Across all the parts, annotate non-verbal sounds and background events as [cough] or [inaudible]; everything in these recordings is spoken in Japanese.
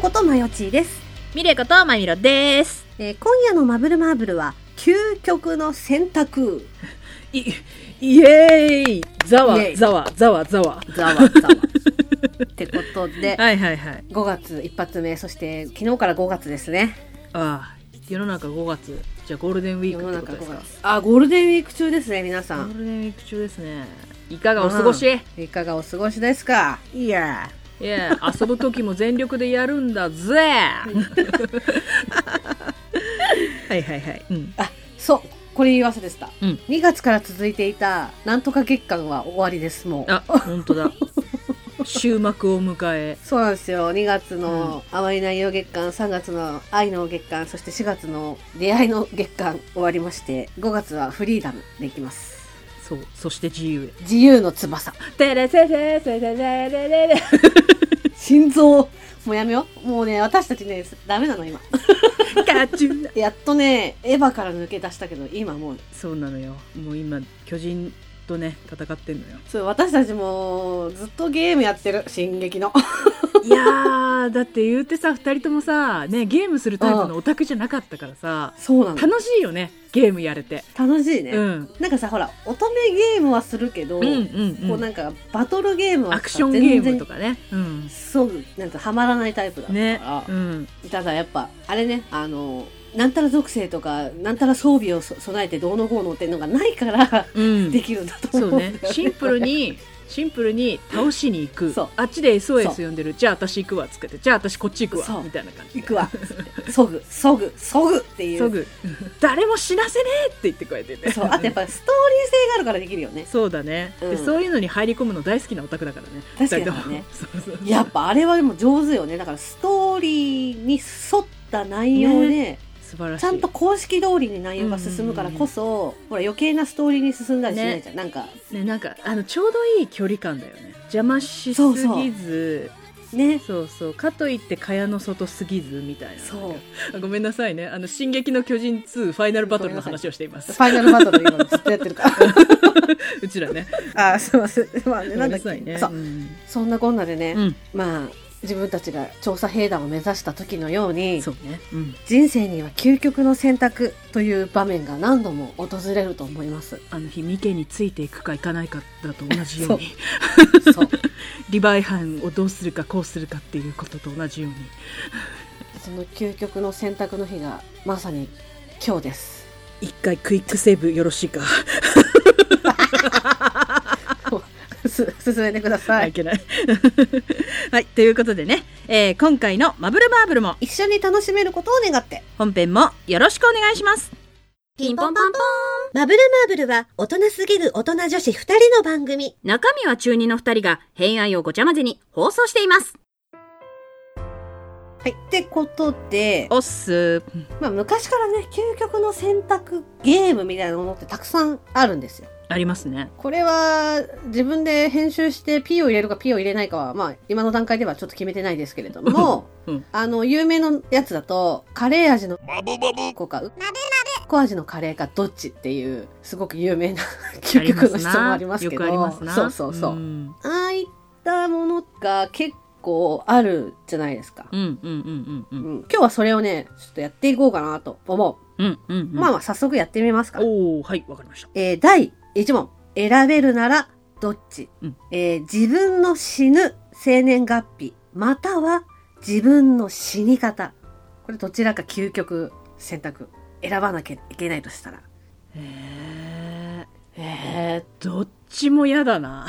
ことまよちーです、ミレコとマミロです。えー今夜のマブルマーブルは究極の選択い、イエーイざわイエーイざわざわざわ。ざわざわってことで、 [laughs] はいはいはい。 5月一発目そして昨日から5月ですねああ、世の中5月。じゃあゴールデンウィー世クっのてこ中とです5か月あゴールデンウィーク中ですね皆さゴんールデンウィーク中ですね。いかがお過ごし、いかがお過ごしですかいやいや、遊ぶ時も全力でやるんだぜはいはいはい。うん。そうこれ言い忘れてた、うん2月から続いていたなんとか月間は終わりですもうあ、本当だ。終幕を迎え。そうなんですよ2月の甘い内容月間3月の愛の月間そして4月の出会いの月間終わりまして5月はフリーダムでいきますそう。そして自由へ。自由の翼てれせせせせれれれれ。心臓もうやめようもうね私たちねダメなの今カチューやっとねエヴァから抜け出したけど今もうそうなのよもう今巨人とね戦ってんのよそう私たちもずっとゲームやってる進撃の [laughs] いやーだって言うてさ2人ともさ、ね、ゲームするタイプのオタクじゃなかったからさそうなの楽しいよねゲームやれて、楽しいね、うん、なんかさほら乙女ゲームはするけど、うんうんこううんなんかバトルゲームはさアクションゲー全ムと然かねうんそうなんかハマらないタイプだったから、ねうんただやっぱあれねあのなんたら属性とかなんたら装備をそ備えてどうのこうのっていうのがないから、うでんきるんだと思そうう [laughs] んだよねシンプルにシンプルに倒しに行くそうあっちでそ SOS う呼んでるじゃあ私行くわつけてじゃあ私こっち行くそわうみたいな感じ行くわそぐそぐそぐっていうそぐ誰も死なせねえって言ってくれててそうあとやっぱストーリー性があるからできるよねそうだね、うんでそういうのに入り込むの大好きなオタクだからね確かにね二人ともそうそうやっぱあれはでも上手よねだからストーリーに沿った内容で、素晴らしいちゃんと公式通りに内容が進むからこそ、ほら余計なストーリーに進んだりしないじゃん、なんかねなんかあのちょうどいい距離感だよね邪魔しすそうそうぎずねそうそうかといって蚊帳の外すぎずみたいなそうあごめんなさいねあの「進撃の巨人2」ファイナルバトルの話をしていますファイナルバトル今ずっとやってるからうちらねあーすいません。まあね、ご [laughs] なめんだっんなけさいねそううんそんなこんなでね、うんまあ、自分たちが調査兵団を目指した時のようにそ、うね、うん、人生には究極の選択という場面が何度も訪れると思い [laughs] ます。あの日ミケについていくかいかないかだと同じようにそう。リバイハンをどうするかこうするかっていうことと同じようにその究極の選択の日がまさに今日です。一回クイックセーブよろしいか [laughs] す進めてくださはい、 [laughs] い。いけない。はい、ということでね、えー今回のマブルマーブルも一緒に楽しめることを願って。本編もよろしくお願いします。ピンポンパンポーン。マブルマーブルは、大人すぎる大人女子二人の番組。中身は中二の二人が偏愛をごちゃ混ぜに放送しています。はい。ってことで、おっす。まあ昔からね、究極の選択ゲームみたいなものってたくさんあるんですよ。ありますね。これは自分で編集して P を入れるか P を入れないかは、まあ、今の段階ではちょっと決めてないですけれども、 [laughs] うんあの、有名なやつだと、カレー味のマブマブ子か、子味のカレーかどっちっていう、すごく有名 [laughs] な究極の質問ありますけど、よくありますな。そうそうそう。んああいったものが結構あるじゃないですか。うんうんうんううんん今日はそれをね、ちょっとやっていこうかなと思うんうんうんうん。う。まあまあ、早速やってみますか。おおはいわかりました。えー第1問。選べるならどっち、うんえー自分の死ぬ生年月日、または自分の死に方。これどちらか究極選択。選ばなきゃいけないとしたら。えー、えー、どっちも嫌だな。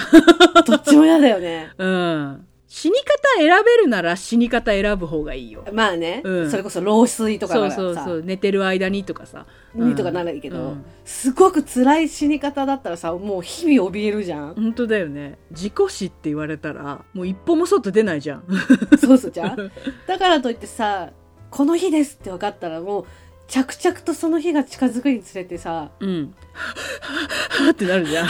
どっちも嫌だよね。うん。死に方選べるなら死に方選ぶ方がいいよ。 [laughs] まあね、うんそれこそ老衰とかそなうらさ、そうそう寝てる間にとかさにとかならいいけど、うんすごく辛い死に方だったらさ、もう日々怯えるじ [laughs] ゃん。本当だよね自己死って言われたらもう一歩も外出ないじゃんそうそうじゃん。だからといってさ、この日ですって分かったらもう、着々とその日が近づくにつれてさ、 [laughs] うんってなるじゃんっ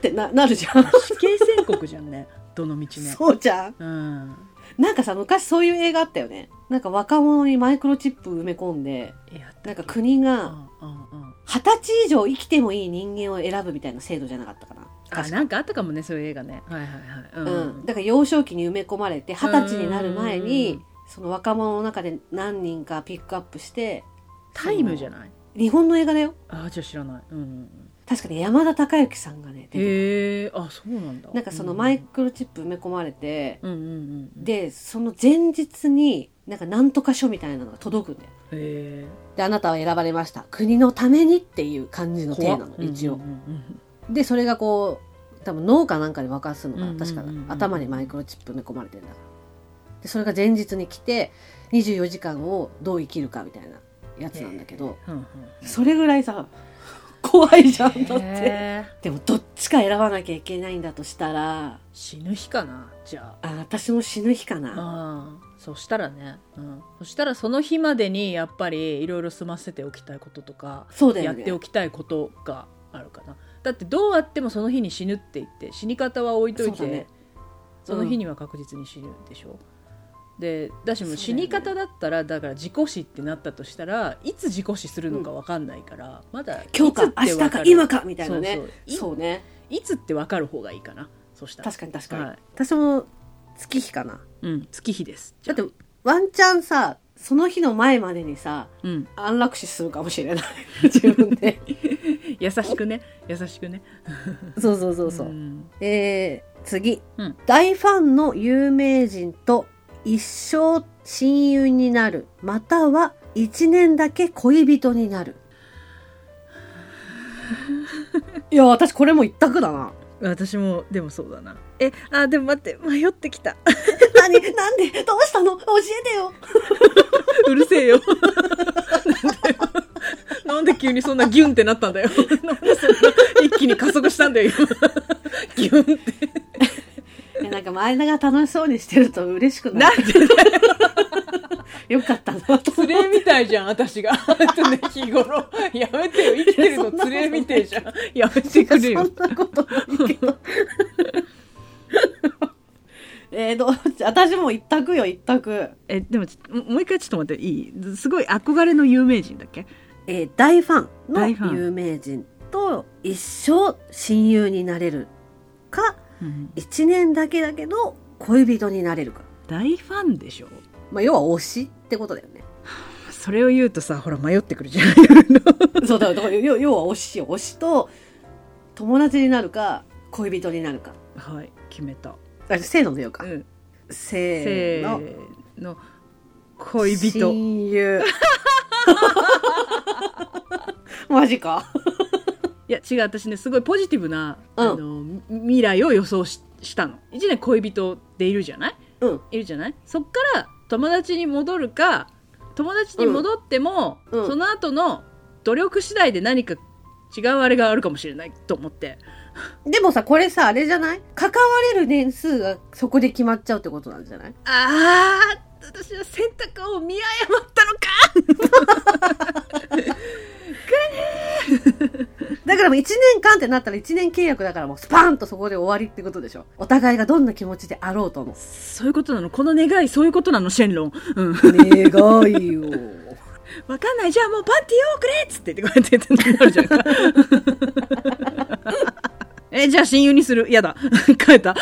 てななるじゃん。死刑宣告じゃんねどの道ねそうじゃん。うんなんかさ、昔そういう映画あったよね。なんか若者にマイクロチップ埋め込んで、やったなんか国うがんうんうん二十歳以上生きてもいい人間を選ぶみたいな制度じゃなかったかな。あ確かなんかあったかもねそういう映画ねはいはいはい、ううん。だから幼少期に埋め込まれて、二十歳になる前うにん、その若者の中で何人かピックアップしてタイムじゃいない日本の映画だよああじゃあ知らない、うんうんうん、確かに山田孝之さんがね出てへえあそうなんだなんかそのうマイクロチップ埋め込まれて、うんうんうんうん、でその前日になんかなんとか書みたいなのが届くんだよへであなたは選ばれました国のためにっていう感じえの体なの一応、うんうんでそれがこう多分脳かなんかで沸かすのかな、うんうんう確んかな頭にマイクロチップ埋め込まれてるんだからでそれが前日に来て24時間をどう生きるかみたいなやつなんだけど、うんうんそれぐらいさ怖いじゃんだって、へえでもどっちか選ばなきゃいけないんだとしたら死ぬ日かなじゃあ私も死ぬ日かあなああそしたらね、うん、そしたらその日までにやっぱりいろいろ済ませておきたいこととかそうだやよっねておきたいことがあるかなだってどうあってもその日に死ぬって言って死に方は置いといそうてそ,、だねの日には確実に死ぬでしょでだしそうだよもね死に方だったらだから事故死ってなったとしたらいつ事故死するのか分かんないから、まだ今日かいつ明日って分かる今かみたいなねそそううそうねいつって分かる方がいいかなそしたら確かに確かに、はい私も月日かなうん、月日ですだってワンチャンさその日の前までにさうん、安楽死するかもしれ [laughs] ない自分で優しくね優しくねそうそうそうそう、んえー次、うん大ファンの有名人と一生親友になるまたは一年だけ恋人に [laughs] なるいや私これも一択だな私もでもそうだなえあでも待って迷ってきた何なんでどうしたの教えてよ [laughs] うるせえよ [laughs] なんで急にそんなギュンってなったんだよ [laughs] なんでそんな一気に加速したんだよ今ギ [laughs] ュンっていやなんか前田が楽しそうにしてると嬉しくななるんでよかったなと思連ってれみたいじゃん私があとね [laughs] 日頃やめてよ生きてるの連れみたいじゃんやめてくれよそんなことないけど。えー、どう私も一択よ一択、えでもちももう一回ちょっと待っていいすごい憧れの有名人だっけえー大ファ大ンファのン有名人と一生親友になれるかうん一年だけだけど恋人になれるか、大ファンでしょまあ、要は推しってことだよねそれを言うとさほら迷ってくるじゃんそうだだから要要は推しよ推しと友達になるか恋人になるか [laughs] はい決めた、あせーのでようか、うん、せーせのーの恋人親友 [laughs] マジかいや違う私ねすごいポジティブな、うんあのみ未来を予想ししたの一年恋人でいるじゃないうんいるじゃないそっから友達に戻るか友達に戻っても、うんうんその後の努力次第で何か違うあれがあるかもしれないと思ってでもさこれさあれじゃない関われる年数がそこで決まっちゃうってことなんじゃないああ私は選択を見誤ったのかだからもう1年間ってなったら1年契約だからもうスパーンとそこで終わりってことでしょお互いがどんな気持ちであろうともそういうことなのこの願いそういうことなのシェンロンうん [laughs] 願いよわかんない。じゃあもうパンティーをくれっつって言ってこうやってなるじゃん。 [laughs] え、じゃあ親友にする。やだ。 [laughs] 変えた。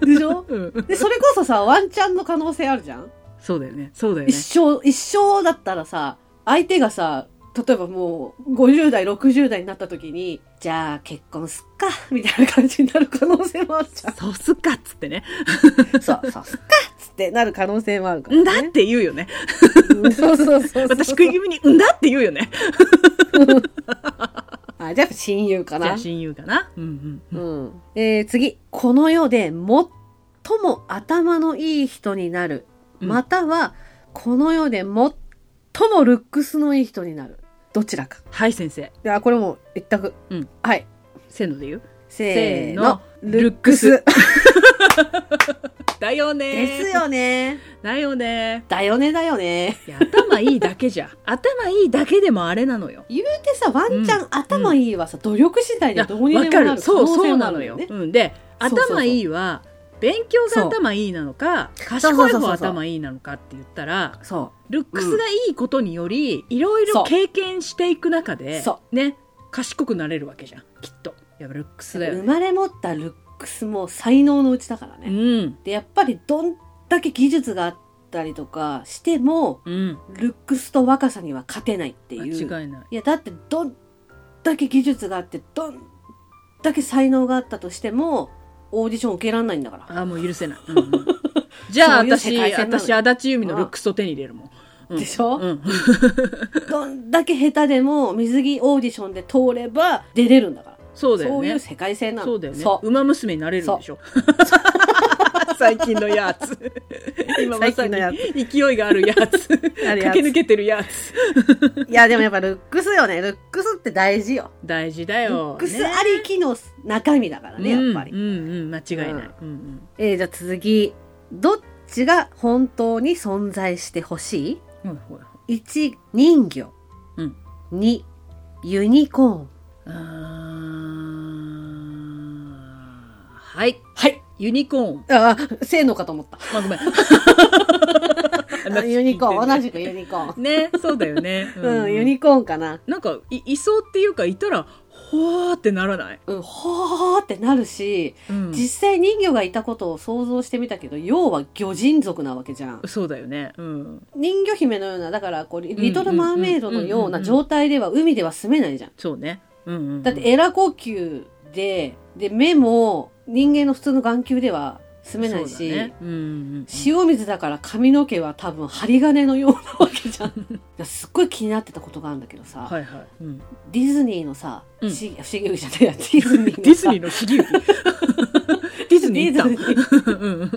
でしょうん。でそれこそさワンチャンの可能性あるじゃん、そうだよね。そうだよね一。生一生だったらさ相手がさ例えばもう50代60代になった時にじゃあ結婚すっかみたいな感じになる可能性もあるじゃんそうすっかっつってね。そうそうすっかっつってなる可能性もあるから、ね、んだって言うよね。うんそうそうそうそう私食い気味に、んだって言うよね。あじゃあ親友かじゃなあ。親友かな。うんうん。うん。えー次。この世で最も頭のいい人になる。うんまたは、この世で最もルックスのいい人になる。どちらか。はい、先生。いや、これもう一択。うんはい。せーので言う。せーせーのの。ルックス。だよね。です。よね。だよね。だよねだよね。いや、頭いいだけじゃ。頭いいだけでもあれなのよ。言うてさ、ワンチャン頭いいはさ、努力次第でどうにでもなる可そう能そ性うもあなるのよよね。、うん、でそうそうそう頭いいは勉強が頭いいなのか賢そういそうそう方そう頭いいなのかって言ったらそルックスがいいことによりいろいそろう経験していく中でそね賢くなれるわけじゃんきっとやっぱルックスう。だよ生ねまれ持ったルックスも才能のうちだからね。うんでやっぱりどんだけ技術があっったりとかしても、うん。ルックスと若さには勝てないっていう。間違いない。いや、だってどんだけ技術があって、どんだけ才能があったとしても、オーディション受けられないんだから。ああ、もう許せない。うんうん、じゃあ、そういう私、世界線なの私、足立由美のルックスを手に入れるもん。うんでしょ、うん。どんだけ下手でも、水着オーディションで通れば出れるんだから。そうだそよういうね。世界性なの。そうだよねそ。う馬娘になれるんでしょ。 [laughs] 最近のやつ。 [laughs] 今まさ最近のやに勢いがあるやつ。 [laughs] あるやつ駆け抜けてるやつ。いや、でもやっぱルックスよね。ルックスって大事よ。大事だルよ。ックスねありきの中身だからね、やっぱり。うんうんうん、間違いない。うんうんえーじゃあ次。どっちが本当に存在してほしほいほいほいい ?1、人魚。うん2、ユニコーン。あーはい。はい。ユニコーン。ああ、性能かと思 [laughs] った。まあ、ごめん。 [laughs] ユニコーン、同じ。じくユニコーン。 [laughs] ね、そうだよね。うん、ユニコーンかな。なんかい、いそうっていうか、いたら、ほーってならない。うん、ほーってなるし、うん実際人魚がいたことを想像してみたけど、要は魚人族なわけじゃん。そうだよね。うん。人魚姫のような、だからこう、リんリトル・マーメイドのような状態では海では住めないじゃん。そうね。うんうんうん。だってエラ呼吸で、で、目も人間の普通の眼球では住めないそうし、だねうんうん塩水だから髪の毛は多分針金のようなわけ [laughs] じゃん。だからすっごい気になってたことがあるんだけどさ、はいはい。 [laughs] うんディズニーのさ、うん不思議、不思議じゃないや、ディズニーのさ [laughs] ディズニーのディひぎゅディズニー行ズニーった。うんうん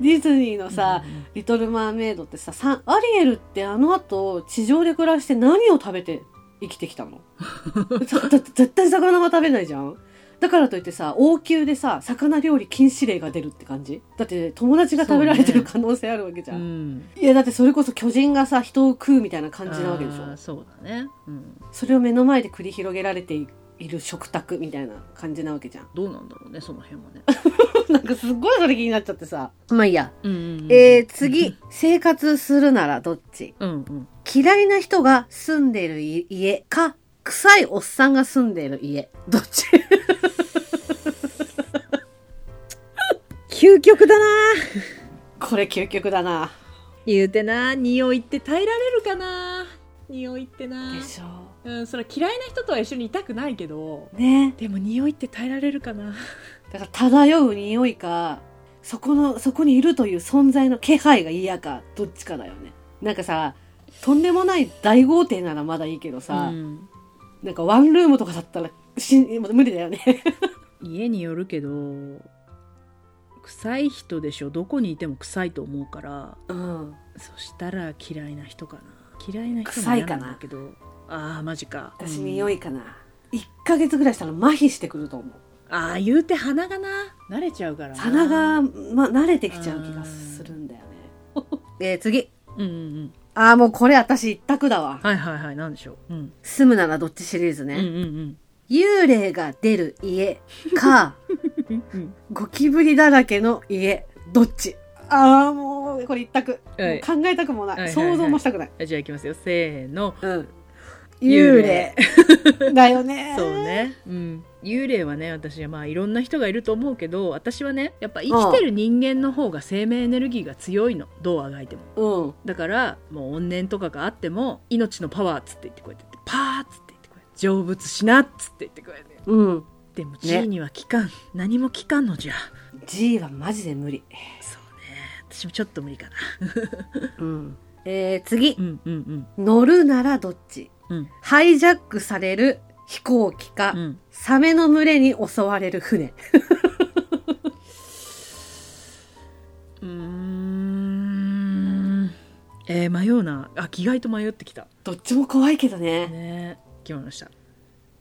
ディズニーのさ、リトル・マーメイドってさ、さアリエルってあの後、地上で暮らして何を食べて生きてきた [laughs] のだだって絶対魚は食べないじゃんだからといってさ、王宮でさ、魚料理禁止令が出るって感じだって友達が食べられてる可能性あるわけじゃ。うんん。いや、だってそれこそ巨人がさ、人を食うみたいな感じなわけでしあーょそうだね。うん。それを目の前で繰り広げられている食卓みたいな感じなわけじ [laughs] ゃん。どうなんだろうね、その辺はね。なんかすっごいそれ気になっちゃってさ。まあいいや。うんうんうんえー、次、生活するならどっちうんうん。嫌いな人が住んでるい家か、臭いおっさんが住んでる家。どっち究極だなこれ究極だな。言うてな、匂いって耐えられるかな。匂いってなで。しょうん、それは嫌いな人とは一緒にいたくないけど。う。ね。でも匂いって耐えられるかな。だから漂う匂いか、そこの、そこにいるという存在の気配が嫌か、どっちかだよね。なんかさ、とんでもない大豪邸ならまだいいけどさ、うんなんかワンルームとかだったら、しん無理だよね。家によるけど。臭い人でしょどこにいても臭いと思うからうん。そしたら嫌いな人かな嫌いな人も臭い嫌なかなんだけどああマジか私うん匂いかな。1ヶ月ぐらいしたら麻痺してくると思う。ああ言うて鼻がな慣れちゃうからな棚が、ま、慣れてきちゃう気がするんだよね。 [laughs] えー、次。うんうんうんああ、もうこれ私一択だわ。はいはいはいなんでしょう、うん、住むならどっちシリーズうね。んうん幽霊が出る家 [laughs] か、うんうんゴキブリだらけの家、どっちああ、もうこれ一択。はいもう考えたくもない,、はいはいはい想像もしたくない。あじゃあいきますよせーのうん。幽霊。だよ [laughs] ね。そう。ね、うん、幽霊はね私はまあいろんな人がいると思うけど私はねやっぱ生きてる人間の方が生命エネルギーが強いのどうあがいてもうん。だからもう怨念とかがあっても命のパワーっつって言ってこうやって言ってパーっつって言ってこうやって成仏しなっつって言ってこうやってうん。でも G には効かん、何も効かんのじゃ G はマジで無理。そうね私もちょっと無理かなうん。えー、次う。んうん乗るならどっちうんうんハイジャックされる飛行機か、うんサメの群れに襲われる船。うーんえー、迷うなあ意外と迷ってきたどっちも怖いけどね。ね決まりました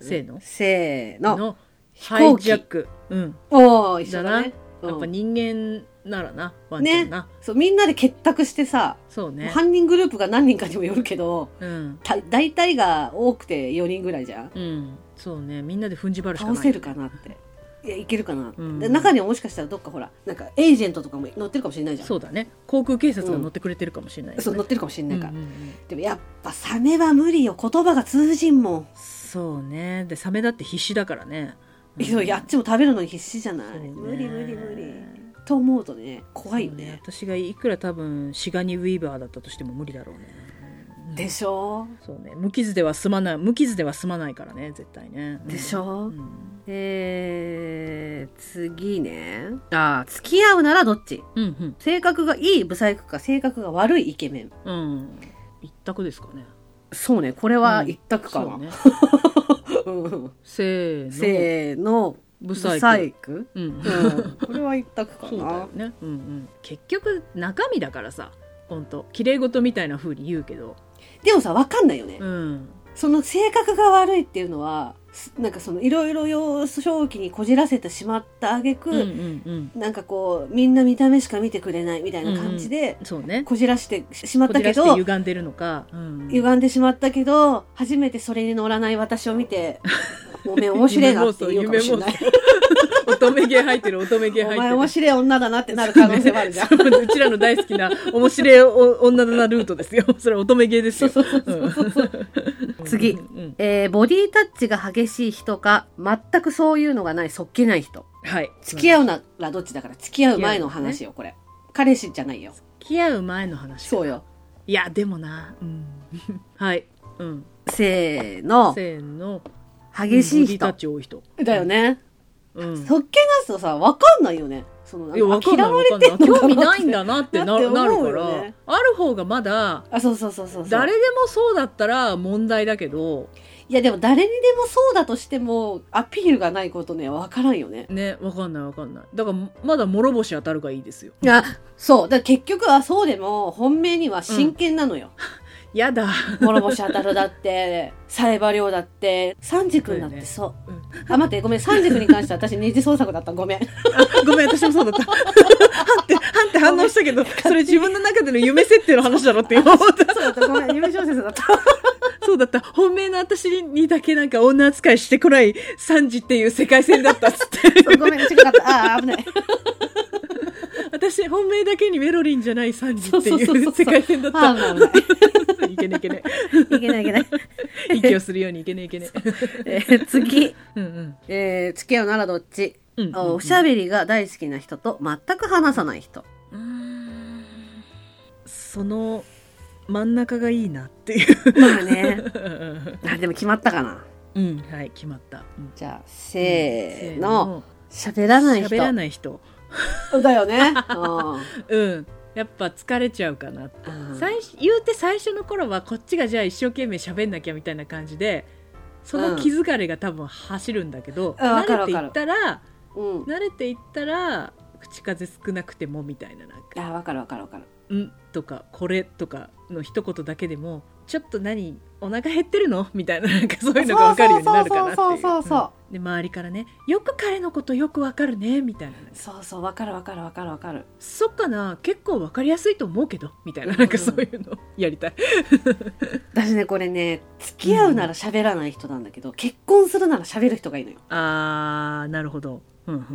せーのせーの。の飛ハイ行ジ機ャックうんおー、一緒だね。やっぱうん人間ならなワンちゃんな、そう、みんなで結託してさ、そうね犯人グループが何人かにもよるけど、うんた大体が多くて4人ぐらいじゃん。うんそうねみんなで踏ん縛るしか倒ないせるかなって。いや、いけるかなって、うんで中にはもしかしたらどっかほら、なんかエージェントとかも乗ってるかもしれないじゃん。そうだね航空警察が乗ってくれてるかもしれない、ねそう乗ってるかもしれないから。うんうんうんでもやっぱサメは無理よ。言葉が通じんもん。そうねでサメだって必死だからねいや、あっちも食べるのに必死じゃない。そうね無理無理無理。と思うとね怖いよねそう私がいくら多分シガニウィーバーだったとしても無理だろうねでしょそうね無傷では済まない無傷では済まないからね絶対ね、でしょ、ょ、うん、えー、次ねあー付き合うならどっちうん性格がいいブサイクか性格が悪いイケメンうんうん一択ですかねそうねこれは一択かそうな、ね [laughs] うんせーの [laughs] せーのブサイククうん [laughs] うんこれは一択かそうだなよね、うんうん、結局中身だからさ本当綺麗事みたいな風に言うけど、でもさ分かんないよね、うん、その性格が悪いっていうのはすなんかそのいろいろ幼少期にこじらせてしまった挙句、うんうんうんなんかこうみんな見た目しか見てくれないみたいな感じでそうねこじらしてしまっこたじけらしど、て歪んでるのか、うん、歪んでしまったけど初めてそれに乗らない私を見て「おめえ面白いな」って言うかもしれない乙女芸入ってる乙女「お芸入ってる前面白い女だな」ってなる可能性もあるじゃん。そうねそううちらの大好きな面白いお女だなルートですよそれ乙女芸ですようん次うん [laughs] えーボディタッチが激しい人か全くそういうのがないそっけない人はい付き合うならどっちだから付き合う前の話よこれ彼氏じゃないよ付き合う前の話そうよいやでもな、うん、はい、うん、せーのせーの激しいボディタッ人チ多い人だよねうんそっけなすとさ分かんないよねそのなんいや、かわかんない、嫌わわれかんてない。んのか興味なっなていんだなってなだってなる思かうよらね、ある方がまだ、あそうそうそうそうそう誰でもそうだったら問題だけど、いやでも誰にでもそうだとしてもアピールがないことね分からんよね。ね、わかんないわかんない。だから、まだ諸星当たるがいいですよ。あそうだから結局はそうでも本命には真剣なのよ。やだ。諸星当たるだ [laughs] ってサイバリョウだって三軸になってそう。そうよねあ待ってごめん三軸に関しては私二次創作だったごめん。あ [laughs] ごめん、私もそうだった。 [laughs] はんって、はんって反応したけど、それ自分の中での夢設定の話だろって今思った。そうだったごめん夢小説だった。そうだった。本命の私にだけなんか女扱いしてこないサンジっていう世界線だったっつ [laughs] って。ごめん違かったあー危ない。私、本命だけにメロリンじゃないサンジっていう世界線だっあた。ー危ない [laughs] いけねいけね。いけないいけない。息をするようにいけねいけね。 [laughs] えー次、うんうんえー付き合うならどっちうんうんあおしゃべりが大好きな人と全く話さない人。うーんその真ん中がいいなっていう。 [laughs] まあね。 [laughs] あでも決まったかな。うん、はい、決まった。うんじゃあ、せーの。。喋らない人。喋らない人。だよ [laughs] ね。うん。やっぱ疲れちゃうかな。うん最初言うて最初の頃はこっちがじゃあ一生懸命喋んなきゃみたいな感じで、その気疲れが多分走るんだけど、うんわかるわ慣れていかるったら、うん。慣れていったら、口数少なくてもみたいななんか。あ、わかるわかるわかる。 「ん」とか「これ」とかの一言だけでも「ちょっと何お腹減ってるの?」みたいななんかそういうのが分かるようになるかなってそうそいうそうそうそうううん。で周りからね「よく彼のことよく分かるね」みたいなそうそう、わかるわかるわかるわかる。 「そっかな結構分かりやすいと思うけど」みたいななんかうんそういうのやりたい。私ね、これね、付き合うなら喋らない人なんだけど、結婚するなら喋る人がいいのよ。あーなるほど。うんうんうんう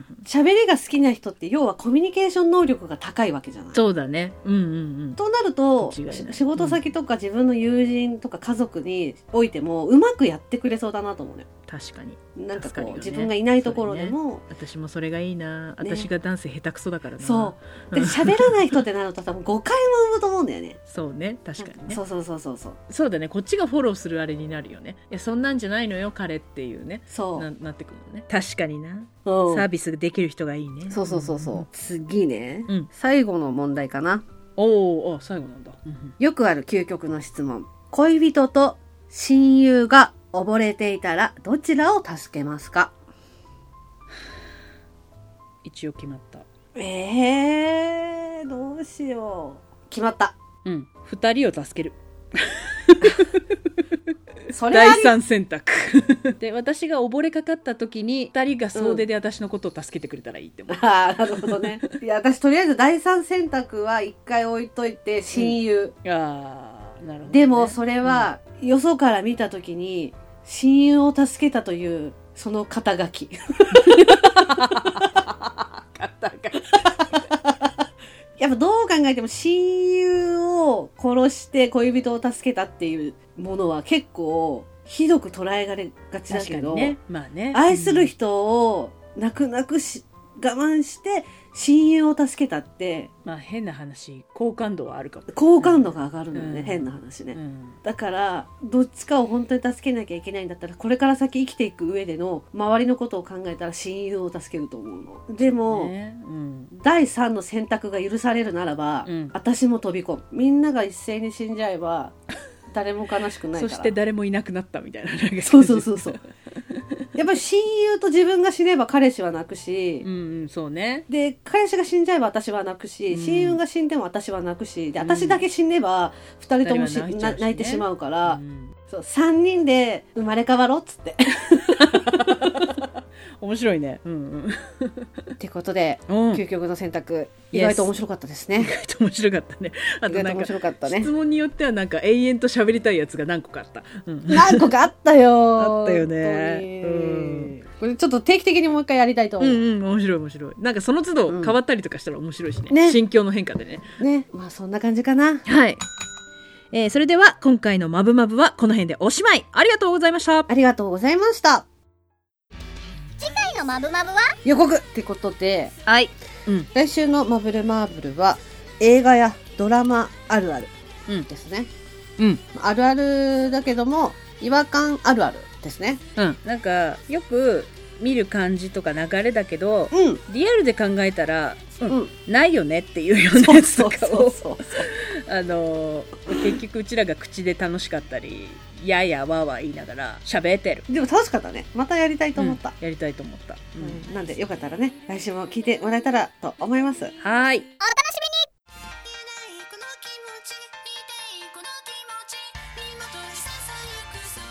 ん喋りが好きな人って、要はコミュニケーション能力が高いわけじゃない。そうだね。うんうんうん。となると間違いないし仕事先とか自分の友人とか家族においてもうまくやってくれそうだなと思うのよ。確かになんかこ助かうるよね自分がいないところでも私もそれがいいなね私がダンス下手くそだからな、そうで喋らない人ってなると多分誤解も生むと思うんだよね。そうね確かにねそうそうそうそうそうそうだねこっちがフォローするあれになるよねいやそんなんじゃないのよ彼っていうねそななってくるのね確かにな、う、うんサービスできる人がいいねそうそうそうそう、次ね、うん最後の問題かなおーあ最後なんだ、うんよくある究極の質問恋人と親友が溺れていたらどちらを助けますか一応決まったえー、どうしよう決まったうん二人を助けるそれあ第り三選択 [laughs] で私が溺れかかった時に二人が総出で私のことを助けてくれたらいいって思う、 [laughs] ああなるほどねいや私とりあえず第三選択は一回置いといて親友、あーなるほどね、でもそれはよそから見た時に親友を助けたというその肩書き [laughs] い肩がやっぱどう考えても親友を殺して恋人を助けたっていうものは結構ひどく捉えられがちだ確かけにど、ねまあね愛する人を泣く泣くし我慢して親友を助けたってまあ変な話好感度はあるかも、好感度が上がるのよね、うん変な話ね、うんだからどっちかを本当に助けなきゃいけないんだったらこれから先生きていく上での周りのことを考えたら親友を助けると思うのでも、ねうん、第3の選択が許されるならば、うん私も飛び込むみんなが一斉に死んじゃえば [laughs] 誰も悲しくないかそらして誰もいなくなったみたいななんか感じそうそうそうそうやっぱり親友と自分が死ねば彼氏は泣くし、うんうんそうねで彼氏が死んじゃえば私は泣くし、うん親友が死んでも私は泣くしでうん私だけ死ねば2人ともし二人は泣いちゃなうしね泣いてしまうかうら、んそう3人で生まれ変わろうっ [laughs] つって面白いねうんってことで、うんうん意究極の選択 Yes 意外と面白かったですね外と面白かったねあ意と外なとん面か白かったね [laughs] 質問によってはなんか永遠と喋りたいやつが何個かあった、うん、何個かあったよあったよ本ね当にうんこれちょっと定期的にもう一回やりたいと思うう、んうん面白い面白いなんかその都度うん変わったりとかしたら面白いしね,、ね心境の変化でねねまあそんな感じかなはい、えーそれでは今回の「まぶまぶ」はこの辺でおしまいありがとうございましたありがとうございました回のマブマブは予告ってことではい来週の「マブルマーブル」は映画やドラマあるあるうんですね、うんあるあるだけども違和感あるあるですねうんなんかよく見る感じとか流れだけどうんリアルで考えたら、うんうんないよねっていうよう [laughs] なやつとかをそうあのー結局うちらが口で楽しかったりややわわ言いながら喋ってるでも楽しかったねまたやりたいと思ったうん、やりたいと思った、ううんんなんでよかったらね来週も聞いてもらえたらと思いますはーい言えないこの気持ち見ていいこの気持ち身元でささゆくそれ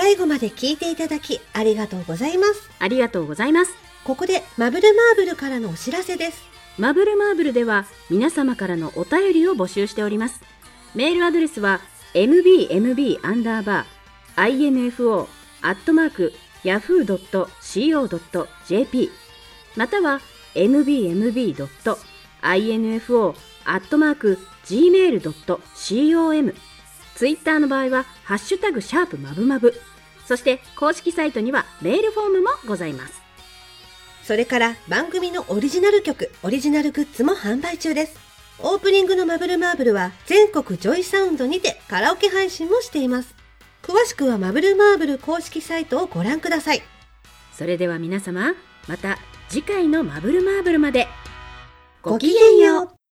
でい最い後まで聞いていただきありがとうございます。ありがとうございます。ここでマブルマーブルからのお知らせです。マブルマーブルでは皆様からのお便りを募集しております。メールアドレスは mbmb-info-yahoo.co.jp または mbmb.info-gmail.com ツイッターの場合はハッシュタグシャープマブマブそして公式サイトにはメールフォームもございます。それから番組のオリジナル曲、オリジナルグッズも販売中です。オープニングのマブルマーブルは全国ジョイサウンドにてカラオケ配信もしています。詳しくはマブルマーブル公式サイトをご覧ください。それでは皆様また次回の「マブルマーブル」までごきげんよう。